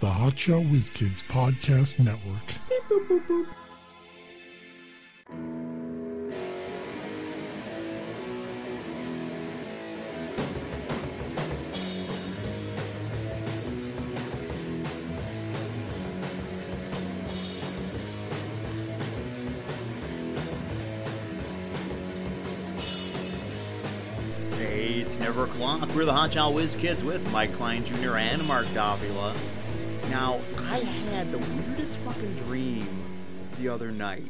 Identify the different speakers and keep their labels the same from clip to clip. Speaker 1: the Hotshot Whiz Kids Podcast Network.
Speaker 2: Hey, it's never o'clock. We're the Hot Shot Whiz Kids with Mike Klein Jr. and Mark Davila. Now, I had the weirdest fucking dream the other night.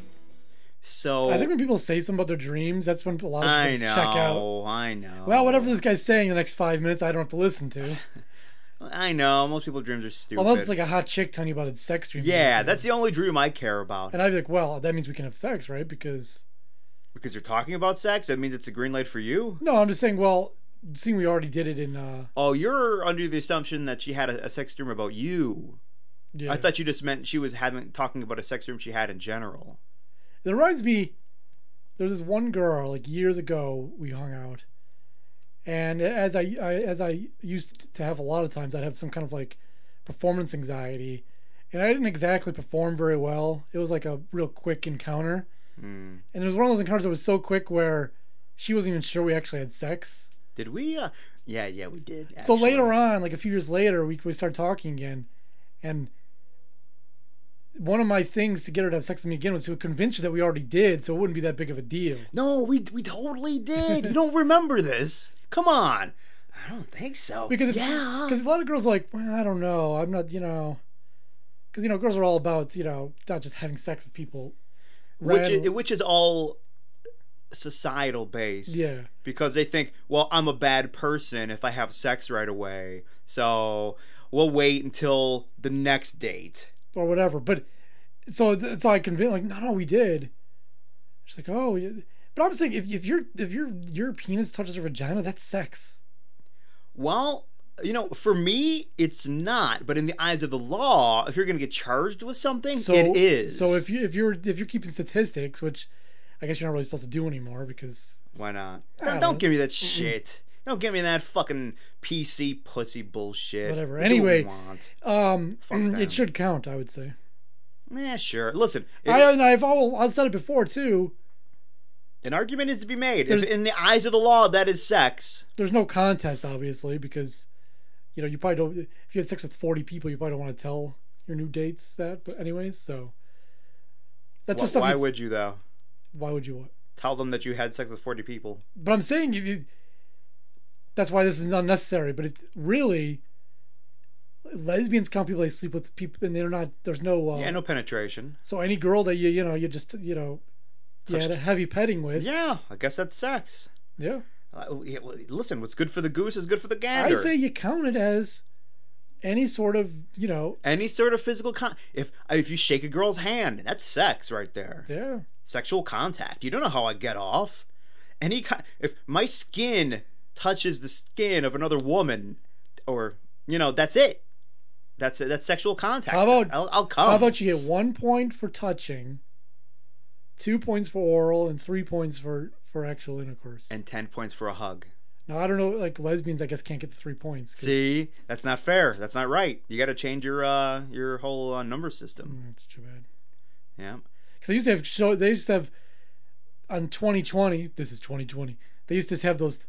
Speaker 2: So
Speaker 3: I think when people say something about their dreams, that's when a lot of
Speaker 2: I
Speaker 3: people check out.
Speaker 2: know, I know.
Speaker 3: Well, whatever this guy's saying the next five minutes, I don't have to listen to.
Speaker 2: I know. Most people's dreams are stupid.
Speaker 3: Unless it's like a hot chick telling you about its sex dream.
Speaker 2: yeah, that's the only dream I care about.
Speaker 3: And I'd be like, well, that means we can have sex, right? Because
Speaker 2: Because you're talking about sex, that means it's a green light for you.
Speaker 3: no, I'm just saying. Well, seeing we already did it in. uh
Speaker 2: Oh, you're under the assumption that she had a, a sex dream about you.
Speaker 3: yeah.
Speaker 2: I thought you just meant she was having talking about a sex dream she had in general.
Speaker 3: It reminds me, there's this one girl like years ago we hung out, and as I, I as I used to have a lot of times, I'd have some kind of like performance anxiety, and I didn't exactly perform very well. It was like a real quick encounter, and it was one of those encounters that was so quick where she wasn't even sure we actually had sex.
Speaker 2: Did we? Uh, yeah, yeah, we did.
Speaker 3: So
Speaker 2: actually.
Speaker 3: later on, like a few years later, we we started talking again, and one of my things to get her to have sex with me again was to convince her that we already did, so it wouldn't be that big of a deal.
Speaker 2: No, we we totally did. you don't remember this? Come on. I don't think so.
Speaker 3: because it's,
Speaker 2: yeah,
Speaker 3: because a lot of girls are like, well, I don't know, I'm not, you know, because you know, girls are all about, you know, not just having sex with people,
Speaker 2: which
Speaker 3: Ryan-
Speaker 2: is, which is all societal based.
Speaker 3: Yeah.
Speaker 2: Because they think, well, I'm a bad person if I have sex right away. So we'll wait until the next date.
Speaker 3: or whatever. But so th- so I convinced, like, no, no, we did. She's like, oh, yeah. but I'm saying if if your if your your penis touches her vagina, that's sex.
Speaker 2: Well, you know, for me, it's not. But in the eyes of the law, if you're going to get charged with something,
Speaker 3: So
Speaker 2: it is.
Speaker 3: So if you if you're if you're keeping statistics, which I guess you're not really supposed to do anymore because
Speaker 2: Why not?
Speaker 3: don't
Speaker 2: Don't,
Speaker 3: know.
Speaker 2: don't give me that shit. Don't give me that fucking PC pussy bullshit.
Speaker 3: Whatever.
Speaker 2: What do
Speaker 3: Anyway.
Speaker 2: you want?
Speaker 3: um
Speaker 2: Fuck them.
Speaker 3: it should count, I would say.
Speaker 2: Yeah, sure. Listen, if-
Speaker 3: I uh, and I've all I've said it before too.
Speaker 2: an argument is to be made.
Speaker 3: There's-
Speaker 2: If in the eyes of the law, that is sex.
Speaker 3: there's no contest obviously because you know you probably don't if you had sex with 40 people you probably don't want to tell your new dates that but anyways so that's
Speaker 2: Why,
Speaker 3: just stuff
Speaker 2: why
Speaker 3: that's-
Speaker 2: would you though?
Speaker 3: why would you want
Speaker 2: Tell them that you had sex with forty people.
Speaker 3: but i'm saying if you that's why this is unnecessary but it really lesbians count people they sleep with people and they're not there's no uh,
Speaker 2: yeah, no penetration.
Speaker 3: so any girl that you you know you just you know you had a heavy petting with
Speaker 2: Yeah, I guess that's sex.
Speaker 3: yeah
Speaker 2: Uh, yeah, well, Listen, what's good for the goose is good for the
Speaker 3: i
Speaker 2: gander.
Speaker 3: say you count it as any sort of you know
Speaker 2: any sort of physical con. If if you shake a girl's hand, that's sex right there.
Speaker 3: yeah
Speaker 2: sexual contact. You don't know how I get off. Any kind, if my skin touches the skin of another woman, or you know, that's it. That's it. That's sexual contact.
Speaker 3: How about-
Speaker 2: I'll, I'll come?
Speaker 3: How about you get one point for touching, two points for oral, and three points for for actual intercourse?
Speaker 2: and ten points for a hug.
Speaker 3: now I don't know, like lesbians, I guess can't get the three points. 'cause-
Speaker 2: See, that's not fair. That's not right. You got to change your uh your whole uh, number system.
Speaker 3: Mm, that's too bad.
Speaker 2: Yeah.
Speaker 3: Because they used to have show. They used to have on 2020. This is 2020. They used to have those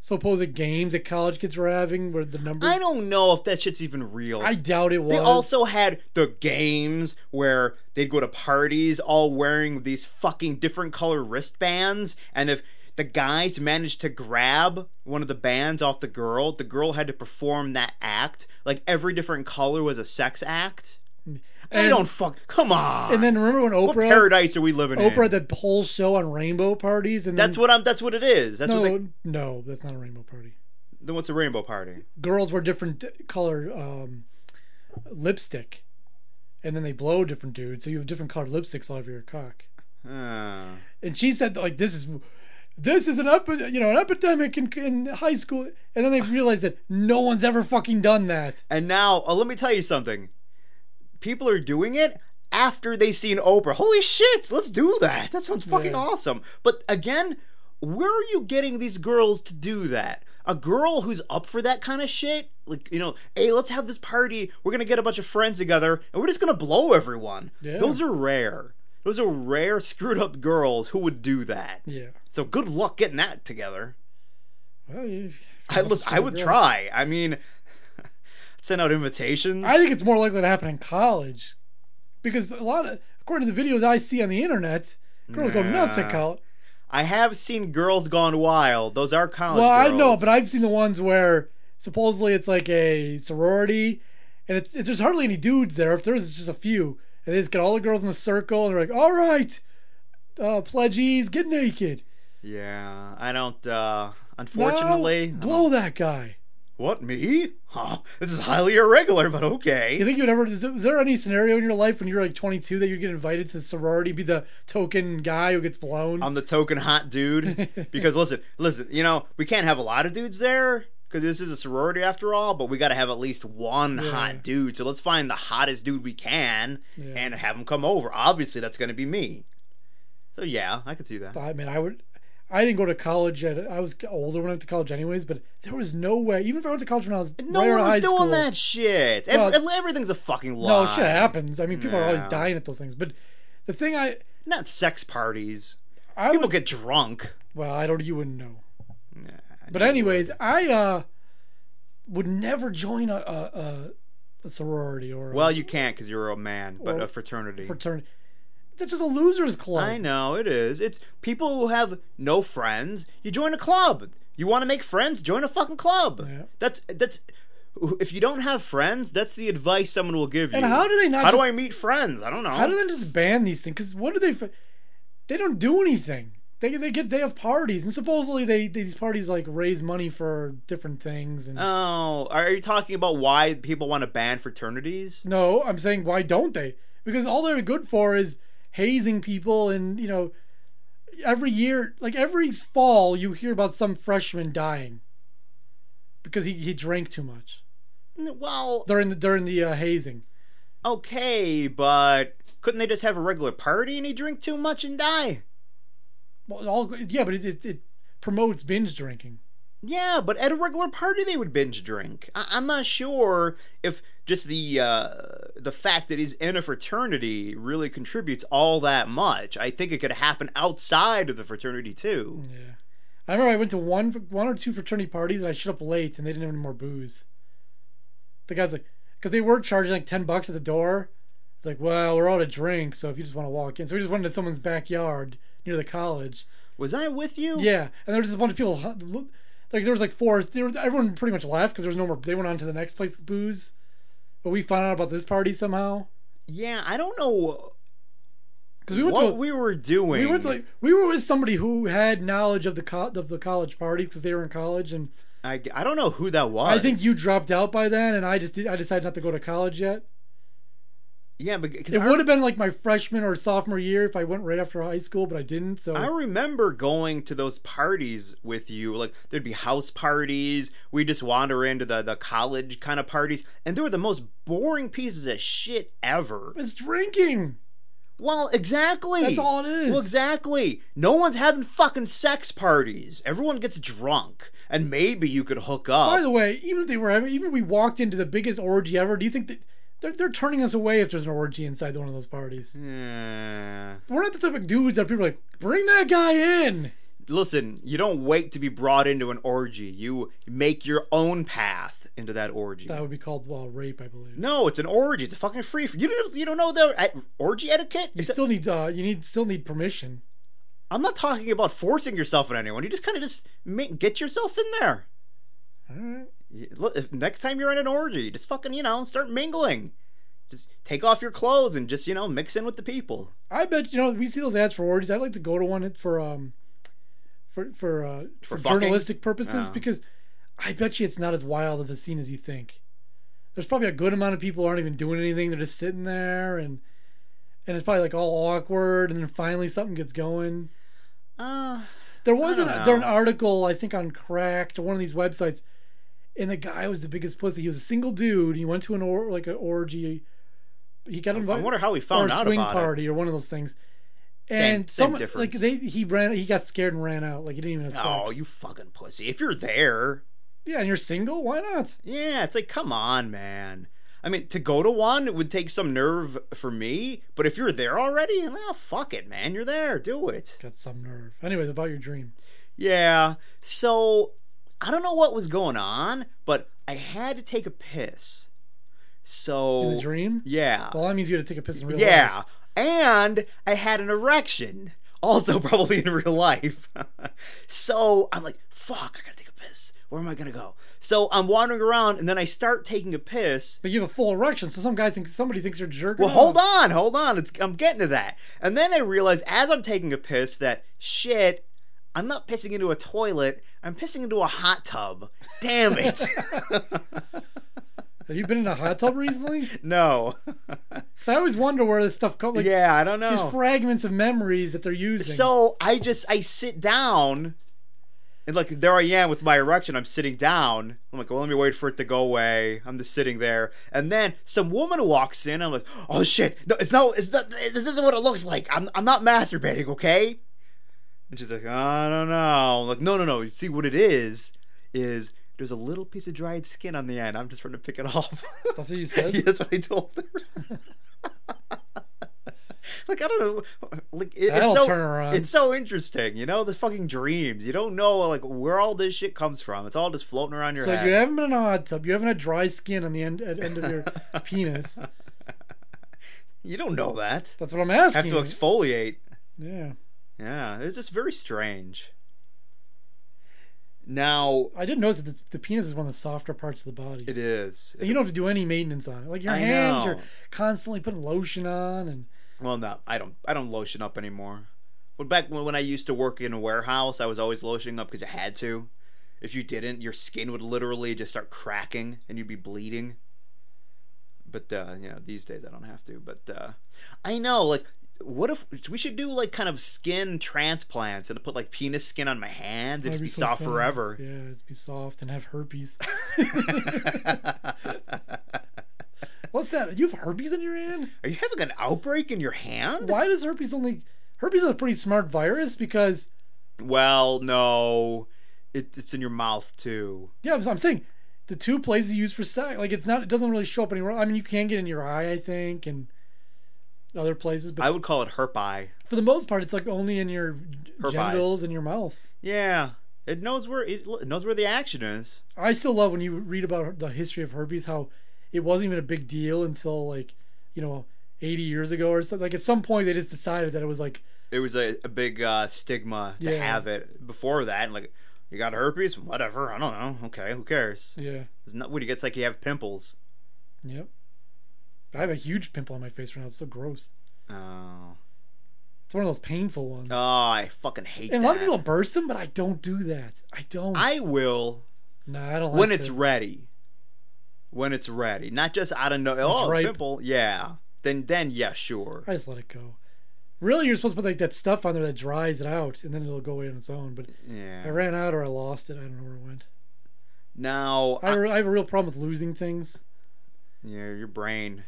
Speaker 3: supposed games that college kids were having where the numbers.
Speaker 2: I don't know if that shit's even real.
Speaker 3: Mm. I doubt it was.
Speaker 2: They also had the games where they'd go to parties all wearing these fucking different color wristbands. And if the guys managed to grab one of the bands off the girl, the girl had to perform that act. Like every different color was a sex act. they
Speaker 3: And-
Speaker 2: don't fuck. Come on.
Speaker 3: And then remember when
Speaker 2: what
Speaker 3: Oprah
Speaker 2: paradise are we living in?
Speaker 3: Oprah had that whole show on rainbow parties and
Speaker 2: that's
Speaker 3: then,
Speaker 2: what I'm. That's what it is. That's
Speaker 3: no
Speaker 2: what. They,
Speaker 3: no that's not a rainbow party.
Speaker 2: then what's a rainbow party?
Speaker 3: girls wear different color um, lipstick, and then they blow different dudes, so you have different colored lipsticks all over your cock.
Speaker 2: Uh,
Speaker 3: And she said, like, this is, this is an epi- you know, an epidemic in, in high school, and then they realized that no one's ever fucking done that.
Speaker 2: And now, uh, let me tell you something. People are doing it after they seen Oprah. Holy shit, let's do that. That sounds fucking
Speaker 3: Yeah.
Speaker 2: awesome. But again, where are you getting these girls to do that? a girl who's up for that kind of shit, like you know, hey, let's have this party. We're gonna get a bunch of friends together, and we're just gonna blow everyone.
Speaker 3: Yeah.
Speaker 2: Those are rare. Those are rare, screwed up girls who would do that.
Speaker 3: Yeah.
Speaker 2: So good luck getting that together.
Speaker 3: Well, you- if
Speaker 2: I,
Speaker 3: you're not
Speaker 2: listen,
Speaker 3: a
Speaker 2: I would
Speaker 3: girl-
Speaker 2: try. I mean, send out invitations.
Speaker 3: I think it's more likely to happen in college, because a lot of according to the videos I see on the internet, girls go nuts at
Speaker 2: Nah.
Speaker 3: college.
Speaker 2: I have seen girls gone wild. Those are college.
Speaker 3: Well, I
Speaker 2: girls.
Speaker 3: know, but I've seen the ones where supposedly it's like a sorority, and it's, it's there's hardly any dudes there. If there's it's just a few, and they just get all the girls in a circle, and they're like, "All right, uh, pledgees, get naked."
Speaker 2: yeah, I don't. uh
Speaker 3: Now,
Speaker 2: Unfortunately, I
Speaker 3: blow that guy.
Speaker 2: What me? Huh? This is highly irregular, but okay.
Speaker 3: You think you'd ever? Is there, is there any scenario in your life when you're like 22 that you'd get invited to sorority, be the token guy who gets blown?
Speaker 2: I'm the token hot dude because listen, listen. You know we can't have a lot of dudes there because this is a sorority after all. But we got to have at least one
Speaker 3: Yeah.
Speaker 2: hot dude. So let's find the hottest dude we can
Speaker 3: Yeah.
Speaker 2: and have him come over. Obviously, that's going to be me. So yeah, I could see that.
Speaker 3: I mean, I would. I didn't go to college. At, I was older when I went to college, anyways. But there was no way. Even if I went to college when I was
Speaker 2: No
Speaker 3: right out
Speaker 2: one
Speaker 3: of
Speaker 2: was
Speaker 3: high
Speaker 2: doing
Speaker 3: school,
Speaker 2: that shit. Ev-
Speaker 3: Well-
Speaker 2: everything's a fucking lie.
Speaker 3: No, shit happens. I mean, people are always
Speaker 2: Yeah.
Speaker 3: dying at those things. But the thing I,
Speaker 2: Not sex parties.
Speaker 3: I
Speaker 2: People
Speaker 3: would,
Speaker 2: get drunk.
Speaker 3: well, I don't. You wouldn't know.
Speaker 2: Nah,
Speaker 3: But anyways, I uh would never join a a, a, a sorority or a
Speaker 2: well, you can't because you're a man, but
Speaker 3: Or-
Speaker 2: a fraternity.
Speaker 3: fraternity. That's just a losers club.
Speaker 2: I know it is. It's people who have no friends. You join a club. You want to make friends? Join a fucking club.
Speaker 3: Yeah.
Speaker 2: That's that's. If you don't have friends, that's the advice someone will give you.
Speaker 3: And how do they not
Speaker 2: How do
Speaker 3: just-
Speaker 2: I meet friends? I don't know.
Speaker 3: How do they just ban these things? Because what do they? f- They don't do anything. They they get they have parties, and supposedly they, these parties like raise money for different things. And
Speaker 2: Oh, are you talking about why people want to ban fraternities?
Speaker 3: no, I'm saying why don't they? Because all they're good for is hazing people, and you know, every year, like every fall, you hear about some freshman dying because he, he drank too much
Speaker 2: N- Well,
Speaker 3: during the during the uh, hazing.
Speaker 2: okay, but couldn't they just have a regular party and he drink too much and die?
Speaker 3: Well, all yeah, but it it, it promotes binge drinking.
Speaker 2: Yeah, but at a regular party they would binge drink. I- I'm not sure if just the uh, the fact that he's in a fraternity really contributes all that much. I think it could happen outside of the fraternity too.
Speaker 3: Yeah, I remember I went to one one or two fraternity parties and I showed up late and they didn't have any more booze. The guys like, because they were charging like ten bucks at the door. It's like, well, we're out of drinks, so if you just want to walk in, so we just went into someone's backyard near the college.
Speaker 2: Was I with you?
Speaker 3: Yeah, and there was just a bunch of people. hu- Like there was like four. There, was- everyone pretty much left because there was no more. They went on to the next place with booze, but we found out about this party somehow
Speaker 2: Yeah, I don't know
Speaker 3: because we went
Speaker 2: what
Speaker 3: to. a-
Speaker 2: we were doing.
Speaker 3: we went to like we were with somebody who had knowledge of the co- of the college party because they were in college and
Speaker 2: I, I don't know who that was.
Speaker 3: I think you dropped out by then, and I just did, I decided not to go to college yet.
Speaker 2: Yeah, because
Speaker 3: It would have been like my freshman or sophomore year if I went right after high school, but I didn't. So
Speaker 2: I remember going to those parties with you. Like there'd be house parties. We just wander into the, the college kind of parties, and they were the most boring pieces of shit ever.
Speaker 3: it's drinking.
Speaker 2: Well, exactly.
Speaker 3: That's all it is.
Speaker 2: Well, exactly. No one's having fucking sex parties. Everyone gets drunk, and maybe you could hook up.
Speaker 3: By the way, even if they were having, even if we walked into the biggest orgy ever, do you think that they're, they're turning us away if there's an orgy inside one of those parties?
Speaker 2: Yeah.
Speaker 3: We're not the type of dudes that people are like bring that guy in.
Speaker 2: Listen, you don't wait to be brought into an orgy. You make your own path into that orgy.
Speaker 3: That would be called well rape, I believe.
Speaker 2: No, it's an orgy. It's a fucking free. For- you don't. You don't know the uh, orgy etiquette.
Speaker 3: You
Speaker 2: It's a-
Speaker 3: still need uh, you need still need permission.
Speaker 2: I'm not talking about forcing yourself on anyone. You just kind of just make, get yourself in there.
Speaker 3: All right.
Speaker 2: You- look, if next time you're in an orgy, just fucking you know start mingling. Just take off your clothes and just you know mix in with the people.
Speaker 3: I bet you know we see those ads for orgies. I'd like to go to one for um for for uh, for,
Speaker 2: For fucking?
Speaker 3: journalistic purposes
Speaker 2: Oh.
Speaker 3: because I bet you it's not as wild of a scene as you think. There's probably a good amount of people who aren't even doing anything. They're just sitting there and and it's probably like all awkward and then finally something gets going.
Speaker 2: Uh,
Speaker 3: There was an
Speaker 2: don't know.
Speaker 3: there an article I think on Cracked or one of these websites, and the guy was the biggest pussy. He was a single dude. He went to an or like an orgy. He got
Speaker 2: I
Speaker 3: invited
Speaker 2: wonder how we
Speaker 3: or
Speaker 2: found
Speaker 3: a
Speaker 2: out
Speaker 3: swing
Speaker 2: about
Speaker 3: party or one of those things.
Speaker 2: Same-
Speaker 3: And
Speaker 2: same
Speaker 3: someone like
Speaker 2: difference. Oh,
Speaker 3: they he ran he got scared and ran out like he didn't even have
Speaker 2: it.
Speaker 3: sex.
Speaker 2: Oh, you fucking pussy! If you're there,
Speaker 3: Yeah, and you're single? Why not?
Speaker 2: Yeah, it's like, come on, man. I mean, to go to one would take some nerve for me, but if you're there already, well, fuck it, man. You're there. Do it.
Speaker 3: Got some nerve. Anyways, about your dream.
Speaker 2: Yeah. So I don't know what was going on, but I had to take a piss.
Speaker 3: In
Speaker 2: So
Speaker 3: the dream?
Speaker 2: Oh, yeah,
Speaker 3: Well, that means you had to take a piss in real life.
Speaker 2: yeah, and I had an erection, also probably in real life. so I'm like, fuck, I gotta take a piss. Where am I gonna go? So I'm wandering around, and then I start taking a piss,
Speaker 3: But you have a full erection, so some guy thinks somebody thinks you're jerking.
Speaker 2: Well,
Speaker 3: off.
Speaker 2: hold on, hold on. It's, I'm getting to that. And then I realize as I'm taking a piss that shit, I'm not pissing into a toilet. I'm pissing into a hot tub. Damn it.
Speaker 3: Have you been in a hot tub recently?
Speaker 2: no.
Speaker 3: 'Cause I always wonder where this stuff comes. Like
Speaker 2: yeah, I don't
Speaker 3: these
Speaker 2: know.
Speaker 3: fragments of memories that they're using.
Speaker 2: So I just I sit down, and like there I am with my erection. I'm sitting down. I'm like, well, let me wait for it to go away. I'm just sitting there, and then some woman walks in. I'm like, oh shit, no, it's not. It's not. This isn't what it looks like. I'm I'm not masturbating, okay? And she's like, I don't know. I'm like, no, no, no. You see what it is? Is there's a little piece of dried skin on the end. I'm just trying to pick it off.
Speaker 3: that's what you said.
Speaker 2: Yeah, that's what I told her. like I don't know, like it- it's
Speaker 3: That'll
Speaker 2: so
Speaker 3: turn around.
Speaker 2: it's so interesting, you know, the fucking dreams. You don't know like where all this shit comes from. It's all just floating around your
Speaker 3: so
Speaker 2: head.
Speaker 3: you haven't been in a hot tub. You haven't had dry skin on the end at end of your penis.
Speaker 2: You don't know that.
Speaker 3: That's what I'm asking.
Speaker 2: Have to exfoliate.
Speaker 3: yeah,
Speaker 2: Yeah, it's just very strange. Now
Speaker 3: I did notice that the, the penis is one of the softer parts of the body.
Speaker 2: it is.
Speaker 3: And you don't have to do any maintenance on it. Like your
Speaker 2: I
Speaker 3: hands, you're
Speaker 2: know.
Speaker 3: constantly putting lotion on, and
Speaker 2: Well, no, I don't. I don't lotion up anymore. But back when, when I used to work in a warehouse, I was always lotioning up because you had to. If you didn't, your skin would literally just start cracking and you'd be bleeding. But uh, you know, these days I don't have to. But uh, I know, like, what if we should do like kind of skin transplants and put like penis skin on my hands and just
Speaker 3: That'd
Speaker 2: be
Speaker 3: so
Speaker 2: soft forever?
Speaker 3: Yeah, it'd be soft and have herpes. What's that? You have herpes in your hand?
Speaker 2: Are you having an outbreak in your hand?
Speaker 3: Why does herpes only? Herpes is a pretty smart virus because
Speaker 2: Well, no, it, it's in your mouth too.
Speaker 3: yeah, I'm, I'm saying the two places you use for sex, like it's not, it doesn't really show up anywhere. I mean, you can get in your eye, I think, and other places, but
Speaker 2: I would call it herp eye.
Speaker 3: for the most part, it's like only in your
Speaker 2: Herpes.
Speaker 3: genitals and your mouth.
Speaker 2: Yeah, it knows where it l- knows where the action is.
Speaker 3: I still love when you read about the history of herpes, how it wasn't even a big deal until like, you know, 80 years ago or something. Like at some point, they just decided that it was like,
Speaker 2: It was a, a big uh, stigma to
Speaker 3: Yeah.
Speaker 2: have it before that. Like, you got herpes, whatever. I don't know. Okay, who cares?
Speaker 3: yeah,
Speaker 2: It's not what it gets like you have pimples.
Speaker 3: yep. I have a huge pimple on my face right now. It's so gross.
Speaker 2: Oh,
Speaker 3: It's one of those painful ones.
Speaker 2: oh, I fucking hate
Speaker 3: and a
Speaker 2: that.
Speaker 3: lot of people burst them, but I don't do that. I don't.
Speaker 2: I will
Speaker 3: no, I don't. Like
Speaker 2: when it's
Speaker 3: to.
Speaker 2: ready. When it's ready, not just out of no. Oh,
Speaker 3: ripe.
Speaker 2: pimple. Yeah. Then then yeah, sure.
Speaker 3: I just let it go. Really, you're supposed to put like that stuff on there that dries it out, and then it'll go away on its own. But I
Speaker 2: Yeah.
Speaker 3: ran out or I lost it. I don't know where it went.
Speaker 2: Now
Speaker 3: I, I have a real problem with losing things.
Speaker 2: yeah, your brain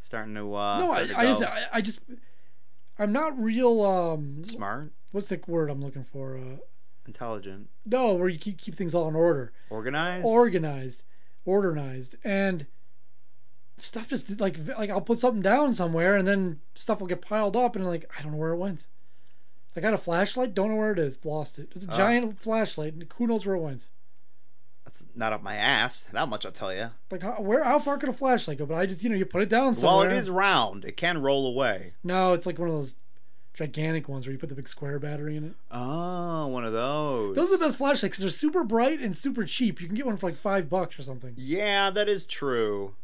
Speaker 2: starting to uh.
Speaker 3: no, I,
Speaker 2: starting to
Speaker 3: I just,
Speaker 2: go.
Speaker 3: I, I just, I'm not real. Um,
Speaker 2: smart,
Speaker 3: what's the word I'm looking for? Uh,
Speaker 2: intelligent,
Speaker 3: no, where you keep keep things all in order,
Speaker 2: organized.
Speaker 3: organized, organized, and stuff just like like I'll put something down somewhere, and then stuff will get piled up, and like I don't know where it went. I got a flashlight, don't know where it is, lost it. It's a
Speaker 2: Ah.
Speaker 3: giant flashlight, and who knows where it went.
Speaker 2: That's not up my ass. That much I'll tell you.
Speaker 3: Like how, where how far could a flashlight go? But I just you know you put it down somewhere.
Speaker 2: While it is round, it can roll away.
Speaker 3: no, it's like one of those gigantic ones where you put the big square battery in it.
Speaker 2: Oh, one of those.
Speaker 3: Those are the best flashlights because they're super bright and super cheap. You can get one for like five bucks or something.
Speaker 2: yeah, that is true.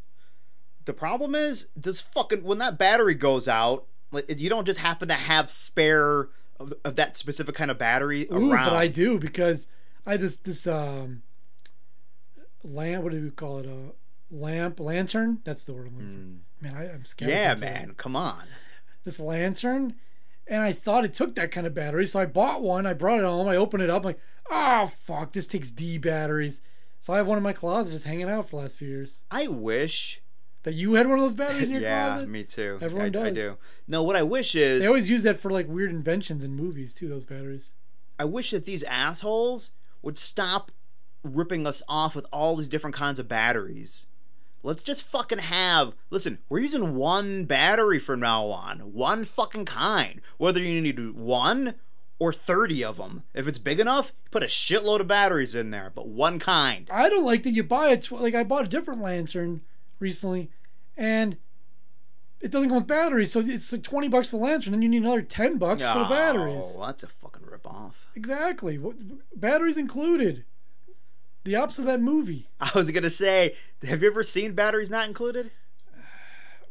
Speaker 2: The problem is, this fucking when that battery goes out, like you don't just happen to have spare of, of that specific kind of battery
Speaker 3: Ooh,
Speaker 2: around.
Speaker 3: but I do because I had this this um lamp. What do we call it? A lamp lantern. That's the word I'm looking
Speaker 2: Mm.
Speaker 3: for. Man, I, I'm scared.
Speaker 2: yeah,
Speaker 3: of that.
Speaker 2: man, come on.
Speaker 3: This lantern, and I thought it took that kind of battery, so I bought one. I brought it home. I opened it up. like, oh fuck, this takes D batteries. So I have one in my closet, just hanging out for the last few years.
Speaker 2: I wish.
Speaker 3: That you had one of those batteries in your
Speaker 2: Yeah,
Speaker 3: closet.
Speaker 2: me too.
Speaker 3: Everyone
Speaker 2: I, I
Speaker 3: does.
Speaker 2: do. No, what I wish is,
Speaker 3: They always use that for like weird inventions in movies too. Those batteries.
Speaker 2: I wish that these assholes would stop ripping us off with all these different kinds of batteries. Let's just fucking have. Listen, we're using one battery from now on, one fucking kind. Whether you need one or 30 of them. If it's big enough, put a shitload of batteries in there, but one kind.
Speaker 3: I don't like that you buy a tw- like I bought a different lantern recently, and it doesn't come with batteries, so it's like twenty bucks for the lantern, then you need another ten bucks for the batteries.
Speaker 2: Oh, that's a fucking ripoff.
Speaker 3: Exactly, what batteries included? The opposite of that movie,
Speaker 2: I was gonna say, have you ever seen batteries not included?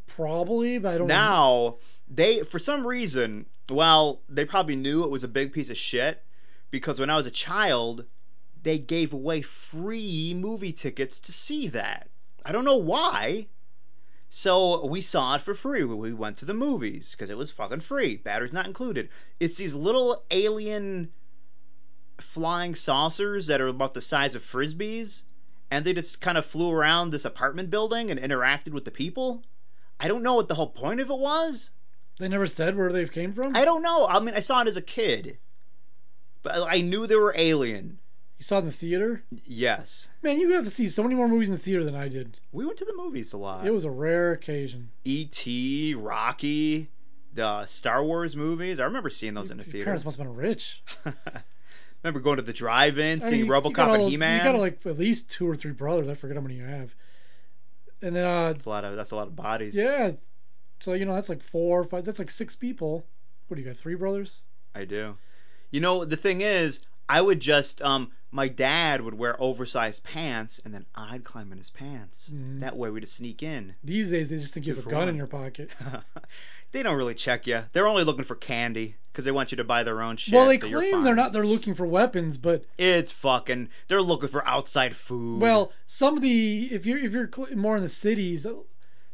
Speaker 3: probably, but I don't.
Speaker 2: Now they, for some reason, well, they probably knew it was a big piece of shit because when I was a child, they gave away free movie tickets to see that. I don't know why. So we saw it for free. We went to the movies because it was fucking free. Batteries not included. It's these little alien flying saucers that are about the size of frisbees, and they just kind of flew around this apartment building and interacted with the people. I don't know what the whole point of it was.
Speaker 3: They never said where they came from.
Speaker 2: I don't know. I mean, I saw it as a kid, but I I knew they were alien.
Speaker 3: you saw it in the theater,
Speaker 2: Yes,
Speaker 3: man. You have to see so many more movies in the theater than I did.
Speaker 2: we went to the movies a lot.
Speaker 3: It was a rare occasion.
Speaker 2: E.T., Rocky, the Star Wars movies. I remember seeing those in the
Speaker 3: Your
Speaker 2: theater.
Speaker 3: parents must have been rich.
Speaker 2: remember going to the drive-in,
Speaker 3: I
Speaker 2: seeing
Speaker 3: mean, you- you got
Speaker 2: RoboCop
Speaker 3: all-
Speaker 2: and He-Man.
Speaker 3: You got like at least two or three brothers. I forget how many you have. And then uh,
Speaker 2: that's a lot of that's a lot of bodies.
Speaker 3: yeah, so you know that's like four or five. That's like six people. What do you got? Three brothers?
Speaker 2: I do. You know, the thing is, I would just um my dad would wear oversized pants and then I'd climb in his pants.
Speaker 3: Mm.
Speaker 2: That way we'd sneak in.
Speaker 3: These days they just think you have a
Speaker 2: for
Speaker 3: gun
Speaker 2: one.
Speaker 3: in your pocket.
Speaker 2: they don't really check you. They're only looking for candy because they want you to buy their own shit.
Speaker 3: well, they
Speaker 2: so you're
Speaker 3: claim
Speaker 2: fine.
Speaker 3: they're not. They're looking for weapons, but
Speaker 2: It's fucking. They're looking for outside food.
Speaker 3: well, some of the if you're if you're cl- more in the cities, uh,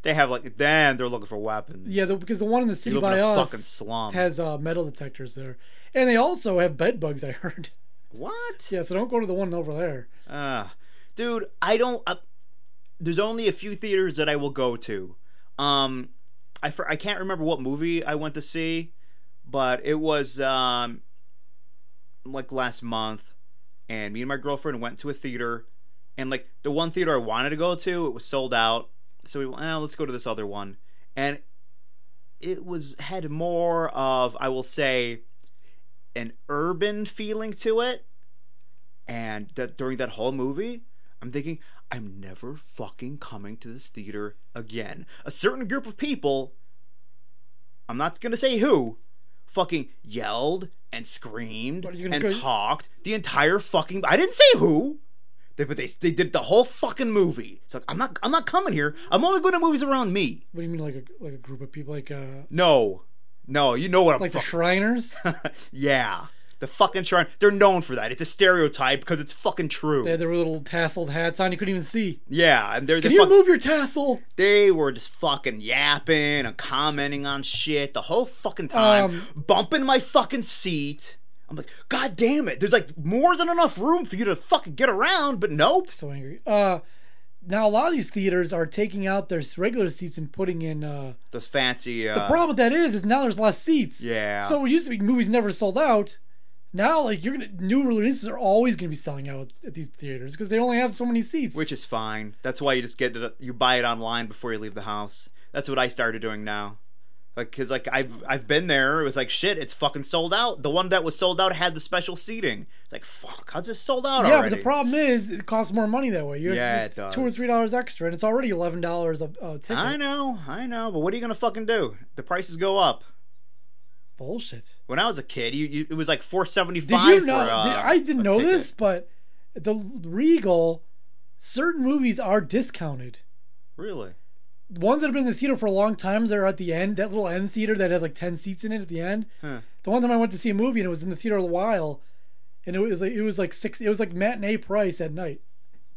Speaker 2: they have like then they're looking for weapons.
Speaker 3: yeah, the, because the one in the city
Speaker 2: you live
Speaker 3: by
Speaker 2: in a
Speaker 3: us
Speaker 2: fucking slum.
Speaker 3: has uh, metal detectors there, and they also have bed bugs. I heard.
Speaker 2: what?
Speaker 3: yeah, so don't go to the one over there.
Speaker 2: Ah, dude, I don't. Uh, there's only a few theaters that I will go to. Um, I for, I can't remember what movie I went to see, but it was um, like last month, and me and my girlfriend went to a theater, and like the one theater I wanted to go to, it was sold out, so we went, "Eh, let's go to this other one, and it was had more of I will say an urban feeling to it and that during that whole movie, I'm thinking, I'm never fucking coming to this theater again. A certain group of people, I'm not gonna say who, fucking yelled and screamed
Speaker 3: What, are you gonna
Speaker 2: and
Speaker 3: go-
Speaker 2: talked the entire fucking. I didn't say who. They, but they, they did the whole fucking movie. It's like I'm not I'm not coming here. I'm only going to movies around me.
Speaker 3: What do you mean, like a like a group of people, like uh,
Speaker 2: No, no, you know what I'm
Speaker 3: like the
Speaker 2: fucking.
Speaker 3: Shriners?
Speaker 2: yeah, the fucking shrine. They're known for that. It's a stereotype because it's fucking true.
Speaker 3: They had their little tasseled hats on. You couldn't even see.
Speaker 2: yeah, and they're
Speaker 3: Can
Speaker 2: they,
Speaker 3: you
Speaker 2: fuck,
Speaker 3: move your tassel?
Speaker 2: they were just fucking yapping and commenting on shit the whole fucking time,
Speaker 3: Um,
Speaker 2: bumping my fucking seat. I'm like, God damn it! There's like more than enough room for you to fucking get around, but nope.
Speaker 3: So angry. Uh, now a lot of these theaters are taking out their regular seats and putting in. Uh,
Speaker 2: Those fancy. Uh,
Speaker 3: the problem with that is, is now there's less seats.
Speaker 2: Yeah.
Speaker 3: So it used to be movies never sold out. Now, like you're gonna new releases are always gonna be selling out at these theaters because they only have so many seats.
Speaker 2: which is fine. That's why you just get it. You buy it online before you leave the house. That's what I started doing now. Like, cause like I've I've been there. It was like shit. It's fucking sold out. The one that was sold out had the special seating. It's like fuck. How's this sold out
Speaker 3: yeah,
Speaker 2: already?
Speaker 3: but the problem is it costs more money that way. You're,
Speaker 2: Yeah,
Speaker 3: it's
Speaker 2: it does.
Speaker 3: two or three dollars extra, and it's already eleven dollars a, a ticket.
Speaker 2: I know, I know. But what are you gonna fucking do? The prices go up.
Speaker 3: Bullshit.
Speaker 2: When I was a kid, you, you it was like four seventy
Speaker 3: Did
Speaker 2: five.
Speaker 3: you know?
Speaker 2: For, uh,
Speaker 3: did- I didn't
Speaker 2: a
Speaker 3: know
Speaker 2: ticket.
Speaker 3: this, but the Regal, certain movies are discounted.
Speaker 2: Really?
Speaker 3: Ones that have been in the theater for a long time, they're at the end, that little end theater that has like 10 seats in it at the end.
Speaker 2: Huh.
Speaker 3: The one time I went to see a movie and it was in the theater a while, and it was like, it was like six, it was like matinee price at night.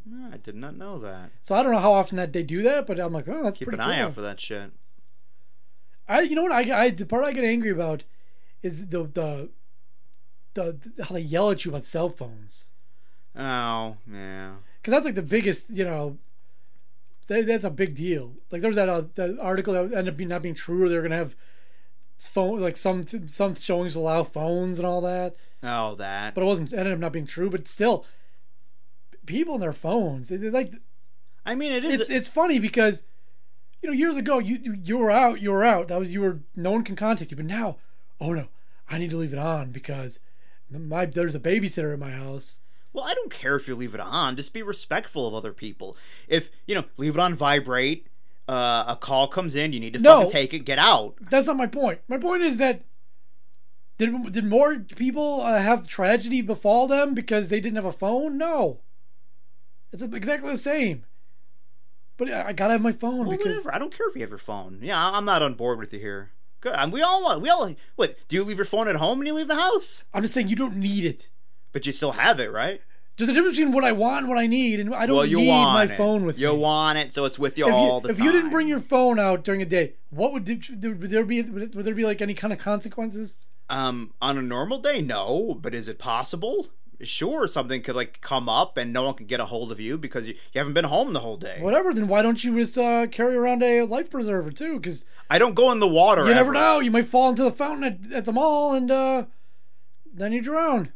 Speaker 2: No, I did not know that.
Speaker 3: So I don't know how often that they do that, but I'm like, oh, that's
Speaker 2: Keep
Speaker 3: pretty
Speaker 2: an eye
Speaker 3: cool.
Speaker 2: out for that shit.
Speaker 3: I, you know what I, I, the part I get angry about is the, the, the, how they yell at you about cell phones.
Speaker 2: Oh, yeah.
Speaker 3: because that's like the biggest you know that, that's a big deal like there was that, uh, that article that ended up being, not being true they're gonna have phone like some some showings allow phones and all that
Speaker 2: Oh, that.
Speaker 3: but it wasn't it ended up not being true but still people and their phones. It- it's like
Speaker 2: I mean, it is.
Speaker 3: it's it's funny because you know years ago you you- you were out you were out that was you were no one can contact you but now oh no I need to leave it on because my there's a babysitter in my house
Speaker 2: well, I don't care if you leave it on. Just be respectful of other people. If you know, leave it on vibrate. Uh, a call comes in. You need to
Speaker 3: No.
Speaker 2: fucking take it. Get out.
Speaker 3: that's not my point my point is that did did more people uh, have tragedy befall them because they didn't have a phone no it's exactly the same but I, I gotta have my phone
Speaker 2: Well,
Speaker 3: because
Speaker 2: whatever. I don't care if you have your phone. Yeah, I- I'm not on board with you here. Good. And we all want. We all. What? Do you leave your phone at home and you leave the house?
Speaker 3: I'm just saying you don't need it.
Speaker 2: But you still have it, right?
Speaker 3: There's a difference between what I want and what I need, and I don't
Speaker 2: well, you
Speaker 3: need
Speaker 2: want
Speaker 3: my
Speaker 2: it.
Speaker 3: phone with
Speaker 2: you
Speaker 3: me.
Speaker 2: want it, so it's with you
Speaker 3: if
Speaker 2: all
Speaker 3: you,
Speaker 2: the
Speaker 3: if
Speaker 2: time.
Speaker 3: you didn't bring your phone out during a day, what would, did, would there be? Would there be like any kind of consequences?
Speaker 2: um, on a normal day, no. But is it possible? Sure, something could like come up and no one can get a hold of you because you, you haven't been home the whole day.
Speaker 3: Whatever. Then why don't you just uh, carry around a life preserver too? Because
Speaker 2: I don't go in the water.
Speaker 3: you never
Speaker 2: ever.
Speaker 3: know. You might fall into the fountain at, at the mall, and uh, then you drown.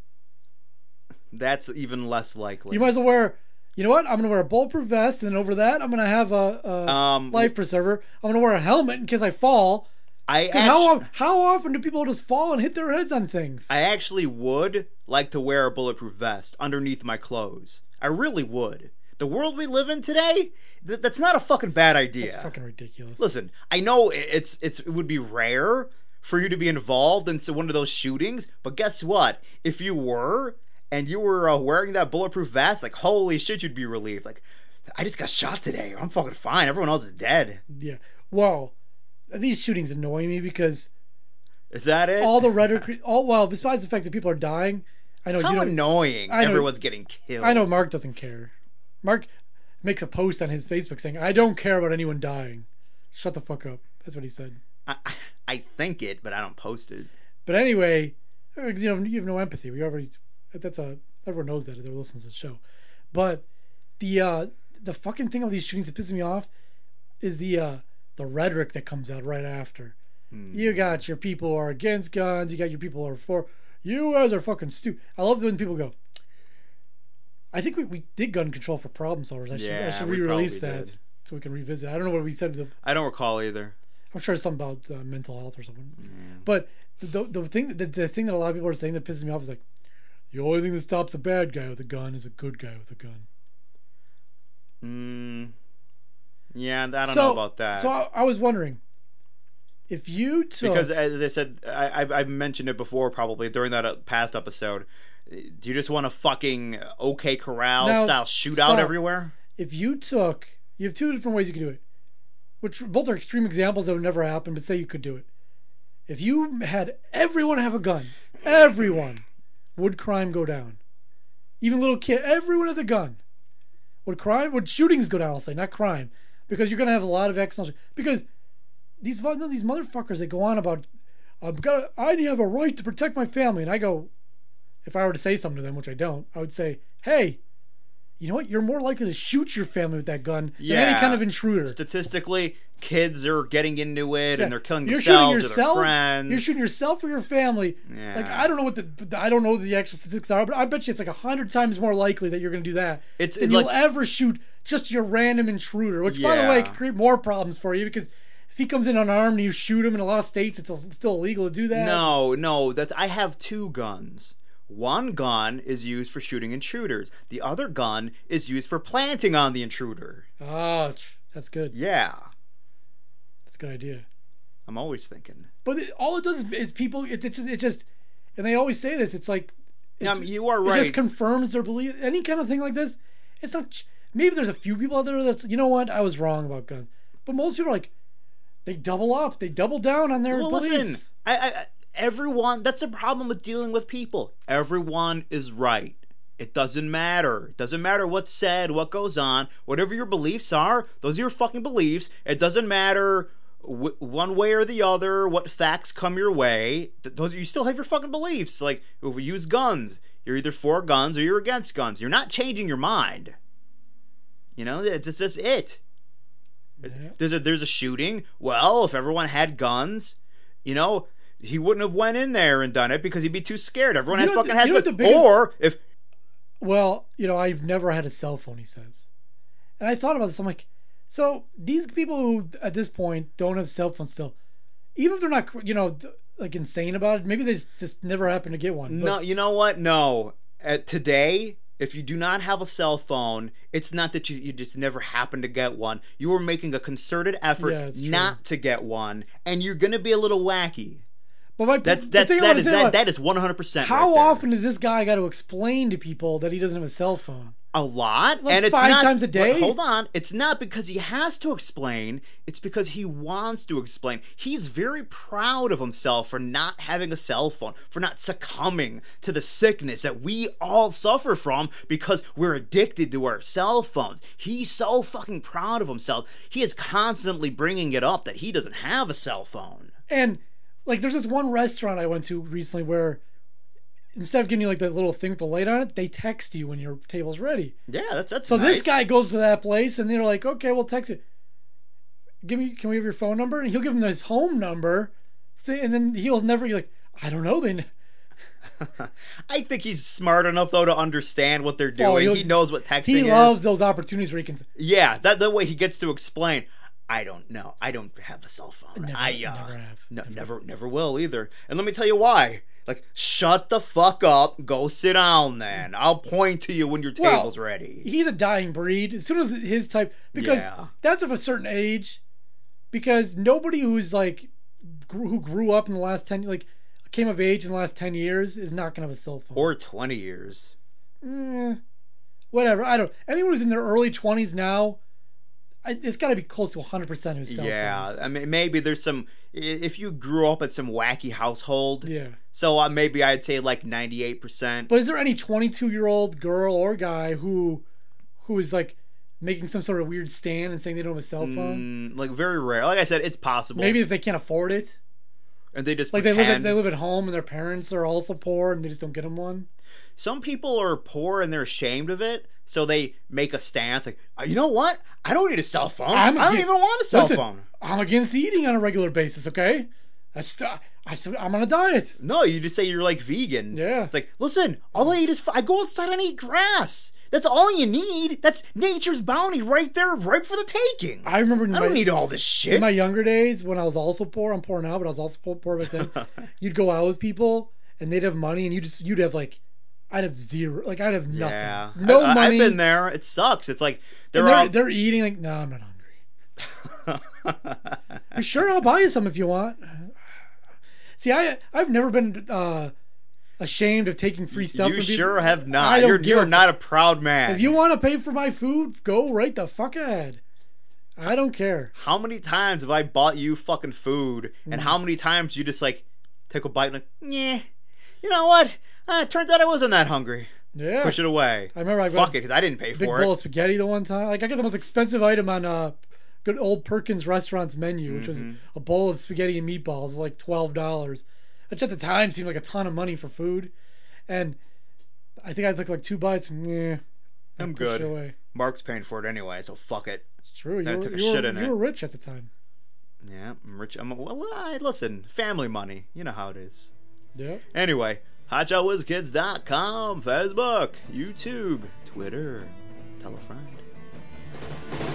Speaker 2: That's even less likely.
Speaker 3: You might as well wear. You know what? I'm gonna wear a bulletproof vest, and then over that, I'm gonna have a, a
Speaker 2: Um,
Speaker 3: life preserver. I'm gonna wear a helmet in case I fall.
Speaker 2: I
Speaker 3: 'Cause
Speaker 2: actually,
Speaker 3: How of- how often do people just fall and hit their heads on things?
Speaker 2: I actually would like to wear a bulletproof vest underneath my clothes. I really would. The world we live in today, th- that's not a fucking bad idea.
Speaker 3: It's fucking ridiculous.
Speaker 2: Listen, I know i- it's it's it would be rare for you to be involved in so- one of those shootings, but guess what? If you were and you were uh, wearing that bulletproof vest, like holy shit, you'd be relieved. Like, I just got shot today. I'm fucking fine. Everyone else is dead.
Speaker 3: Yeah. Well, these shootings annoy me because
Speaker 2: Is that it?
Speaker 3: all the rhetoric, all well, besides the fact that people are dying, I know
Speaker 2: How
Speaker 3: you don't.
Speaker 2: annoying!
Speaker 3: I know-
Speaker 2: Everyone's getting killed.
Speaker 3: I know Mark doesn't care. Mark makes a post on his Facebook saying, "I don't care about anyone dying. Shut the fuck up." That's what he said.
Speaker 2: I, I- I think it, but I don't post it.
Speaker 3: But anyway, uh, you know, you have no empathy. We already that's a everyone knows that if they're listening to the show. But the uh the fucking thing of these shootings that pisses me off is the uh the rhetoric that comes out right after.
Speaker 2: Hmm.
Speaker 3: You got your people who are against guns, you got your people who are for you guys are fucking stupid. I love when people go I think we, we did gun control for problem solvers. I should I
Speaker 2: Yeah,
Speaker 3: should
Speaker 2: we
Speaker 3: re-release
Speaker 2: probably
Speaker 3: that
Speaker 2: did.
Speaker 3: so we can revisit. I don't know what we said to the
Speaker 2: I don't recall either.
Speaker 3: I'm sure it's something about uh, mental health or something. But the, the, the thing the, the thing that a lot of people are saying that pisses me off is like the only thing that stops a bad guy with a gun is a good guy with a gun.
Speaker 2: Mm, yeah, I don't know about that.
Speaker 3: So I, I was wondering if you took
Speaker 2: because as I said, I, I I mentioned it before, probably during that uh, past episode. uh, Do you just want a fucking OK Corral
Speaker 3: No,
Speaker 2: style shootout
Speaker 3: stop.
Speaker 2: everywhere?
Speaker 3: if you took you have two different ways you can do it, which both are extreme examples that would never happen, but say you could do it. If you had everyone have a gun, everyone, would crime go down? Even little kid, everyone has a gun. Would crime, would shootings go down? I'll say not crime, because you're gonna have a lot of accidental. Because these fu- no, these motherfuckers that go on about, I've got, I have a right to protect my family, and I go, if I were to say something to them, which I don't, I would say, hey, you know what? You're more likely to shoot your family with that gun than any
Speaker 2: Yeah.
Speaker 3: kind of intruder.
Speaker 2: Statistically, kids are getting into it
Speaker 3: Yeah.
Speaker 2: and they're killing
Speaker 3: You're
Speaker 2: themselves
Speaker 3: shooting
Speaker 2: or
Speaker 3: yourself.
Speaker 2: their friends.
Speaker 3: You're shooting yourself or your family.
Speaker 2: Yeah.
Speaker 3: Like I don't know what the I don't know what the actual statistics are, but I bet you it's like hundred times more likely that you're going to do that
Speaker 2: It's-
Speaker 3: than
Speaker 2: it,
Speaker 3: you'll
Speaker 2: like-
Speaker 3: ever shoot just your random intruder. Which, by the way,
Speaker 2: Yeah.
Speaker 3: could create more problems for you because if he comes in unarmed and you shoot him, in a lot of states it's still illegal to do that.
Speaker 2: No, no, that's I have two guns. One gun is used for shooting intruders. The other gun is used for planting on the intruder.
Speaker 3: Ouch. Ah, That's good.
Speaker 2: Yeah,
Speaker 3: That's a good idea.
Speaker 2: I'm always thinking.
Speaker 3: But it, all it does is, is people. It, it just it just, and they always say this. It's like it's,
Speaker 2: Um, you are
Speaker 3: it
Speaker 2: right.
Speaker 3: just confirms their belief. Any kind of thing like this, it's not. ch- Maybe there's a few people out there that's you know what I was wrong about guns, but most people are like they double up, they double down on their
Speaker 2: Well,
Speaker 3: beliefs.
Speaker 2: listen, I, I, I- everyone. That's the problem with dealing with people. Everyone is right. It doesn't matter. It doesn't matter what's said, what goes on, whatever your beliefs are. Those are your fucking beliefs. It doesn't matter w- one way or the other what facts come your way. Th- those you still have your fucking beliefs. Like if we use guns, you're either for guns or you're against guns. You're not changing your mind. You know, that's that's just it.
Speaker 3: Yeah.
Speaker 2: There's a there's a shooting. Well, if everyone had guns, you know, he wouldn't have went in there and done it because he'd be too scared. Everyone
Speaker 3: You
Speaker 2: has
Speaker 3: know what
Speaker 2: fucking
Speaker 3: the-
Speaker 2: has
Speaker 3: you know what
Speaker 2: guns.
Speaker 3: the biggest-
Speaker 2: Or if
Speaker 3: Well, you know, I've never had a cell phone, he says. And I thought about this. I'm like, so these people who at this point don't have cell phones still, even if they're not, you know, d- like insane about it, maybe they just, just never happen to get one. But
Speaker 2: No, you know what? No. Uh, today, if you do not have a cell phone, it's not that you, you just never happen to get one. You were making a concerted effort
Speaker 3: Yeah, it's true.
Speaker 2: not to get one, and you're going to be a little wacky.
Speaker 3: But my
Speaker 2: That's
Speaker 3: the
Speaker 2: that
Speaker 3: thing I
Speaker 2: that
Speaker 3: wanna
Speaker 2: is
Speaker 3: say
Speaker 2: that,
Speaker 3: about-
Speaker 2: that is 100%.
Speaker 3: How
Speaker 2: right there.
Speaker 3: often does this guy got to explain to people that he doesn't have a cell phone?
Speaker 2: a lot
Speaker 3: Like
Speaker 2: and it's
Speaker 3: five
Speaker 2: not,
Speaker 3: times a
Speaker 2: but
Speaker 3: day?
Speaker 2: hold on it's not because he has to explain it's because he wants to explain he's very proud of himself for not having a cell phone for not succumbing to the sickness that we all suffer from because we're addicted to our cell phones he's so fucking proud of himself he is constantly bringing it up that he doesn't have a cell phone
Speaker 3: And like, there's this one restaurant I went to recently where instead of giving you like that little thing with the light on it, they text you when your table's ready.
Speaker 2: yeah that's that's
Speaker 3: So this
Speaker 2: nice.
Speaker 3: guy goes to that place and they're like, okay, we'll text you. Give me, can we have your phone number? And he'll give him his home number, thi- and then he'll never be like, I don't know. Then
Speaker 2: i think he's smart enough though to understand what they're
Speaker 3: Oh,
Speaker 2: doing
Speaker 3: he'll-
Speaker 2: he knows what texting
Speaker 3: he
Speaker 2: is
Speaker 3: loves those opportunities where he can.
Speaker 2: Yeah, that that way he gets to explain. I don't know. I don't have a cell phone.
Speaker 3: Never,
Speaker 2: I uh,
Speaker 3: never have.
Speaker 2: no, never, never will either. And let me tell you why. Like, shut the fuck up. Go sit down. Then I'll point to you when your
Speaker 3: Well,
Speaker 2: table's ready.
Speaker 3: he's a dying breed as soon as his type because
Speaker 2: Yeah.
Speaker 3: that's of a certain age because nobody who's like grew, who grew up in the last 10 like came of age in the last 10 years is not going to have a cell phone
Speaker 2: Or twenty years.
Speaker 3: Eh, whatever i don't anyone who's in their early 20s now I, it's got to be close to 100% who's cell
Speaker 2: yeah,
Speaker 3: phones
Speaker 2: I mean, maybe there's some. i- If you grew up in some wacky household,
Speaker 3: yeah
Speaker 2: so uh, maybe I'd say like ninety-eight percent.
Speaker 3: but is there any 22 year old girl or guy who who is like making some sort of weird stand and saying they don't have a cell phone
Speaker 2: Mm, like very rare. Like I said, it's possible.
Speaker 3: maybe if they can't afford it
Speaker 2: and they just
Speaker 3: Like they live at,
Speaker 2: pretend.
Speaker 3: they live at home and their parents are also poor and they just don't get them one.
Speaker 2: some people are poor and they're ashamed of it, so they make a stance like, "Uh, you know what? I don't need a cell phone. I'm,
Speaker 3: I'm-
Speaker 2: I do not
Speaker 3: yeah,
Speaker 2: even want a cell
Speaker 3: listen.
Speaker 2: phone.
Speaker 3: I'm against eating on a regular basis. Okay, that's I, so I'm on a diet.
Speaker 2: No, you just say you're like vegan.
Speaker 3: Yeah.
Speaker 2: It's like, listen, all I eat is f- I go outside and eat grass. That's all you need. That's nature's bounty right there, right for the taking. I,
Speaker 3: I remember in my,
Speaker 2: don't need all this shit.
Speaker 3: in my younger days when I was also poor. I'm poor now, but I was also poor, poor back then. you'd go out with people and they'd have money and you just you'd have like I'd have zero, like I'd have nothing,
Speaker 2: yeah.
Speaker 3: no
Speaker 2: I, I-
Speaker 3: money.
Speaker 2: I've been there. It sucks. It's like
Speaker 3: and
Speaker 2: they're,
Speaker 3: they're,
Speaker 2: all
Speaker 3: they're eating like no, I'm not hungry. "You sure, I'll buy you some if you want. See, I I've never been uh, ashamed of taking free stuff.
Speaker 2: you
Speaker 3: from people.
Speaker 2: sure have
Speaker 3: I
Speaker 2: not.
Speaker 3: don't
Speaker 2: You're,
Speaker 3: give
Speaker 2: you're
Speaker 3: a
Speaker 2: not a proud man.
Speaker 3: If you want to pay for my food, go right the fuck ahead. I don't care.
Speaker 2: how many times have I bought you fucking food, and
Speaker 3: Mm.
Speaker 2: how many times you just like take a bite and like, yeah, you know what? Uh, turns out I wasn't that hungry.
Speaker 3: Yeah.
Speaker 2: Push it away.
Speaker 3: I remember I got
Speaker 2: Fuck it, because I didn't pay
Speaker 3: a big
Speaker 2: for
Speaker 3: bowl
Speaker 2: it.
Speaker 3: of spaghetti the one time. Like I got the most expensive item on uh good old Perkins restaurant's menu, which
Speaker 2: Mm-hmm.
Speaker 3: was a bowl of spaghetti and meatballs, like twelve dollars. Which at the time seemed like a ton of money for food. And I think I took like two bites. Meh, I
Speaker 2: I'm
Speaker 3: pushed it
Speaker 2: good.
Speaker 3: Away.
Speaker 2: Mark's paying for it anyway, so fuck it.
Speaker 3: It's true. You
Speaker 2: I
Speaker 3: were,
Speaker 2: took a
Speaker 3: you were-
Speaker 2: shit in
Speaker 3: you
Speaker 2: it.
Speaker 3: were rich at the time.
Speaker 2: Yeah, I'm rich. I'm well. I, listen, family money. You know how it is.
Speaker 3: Yeah.
Speaker 2: Anyway, hotshotwizkids.com, Facebook, YouTube, Twitter, tell a friend.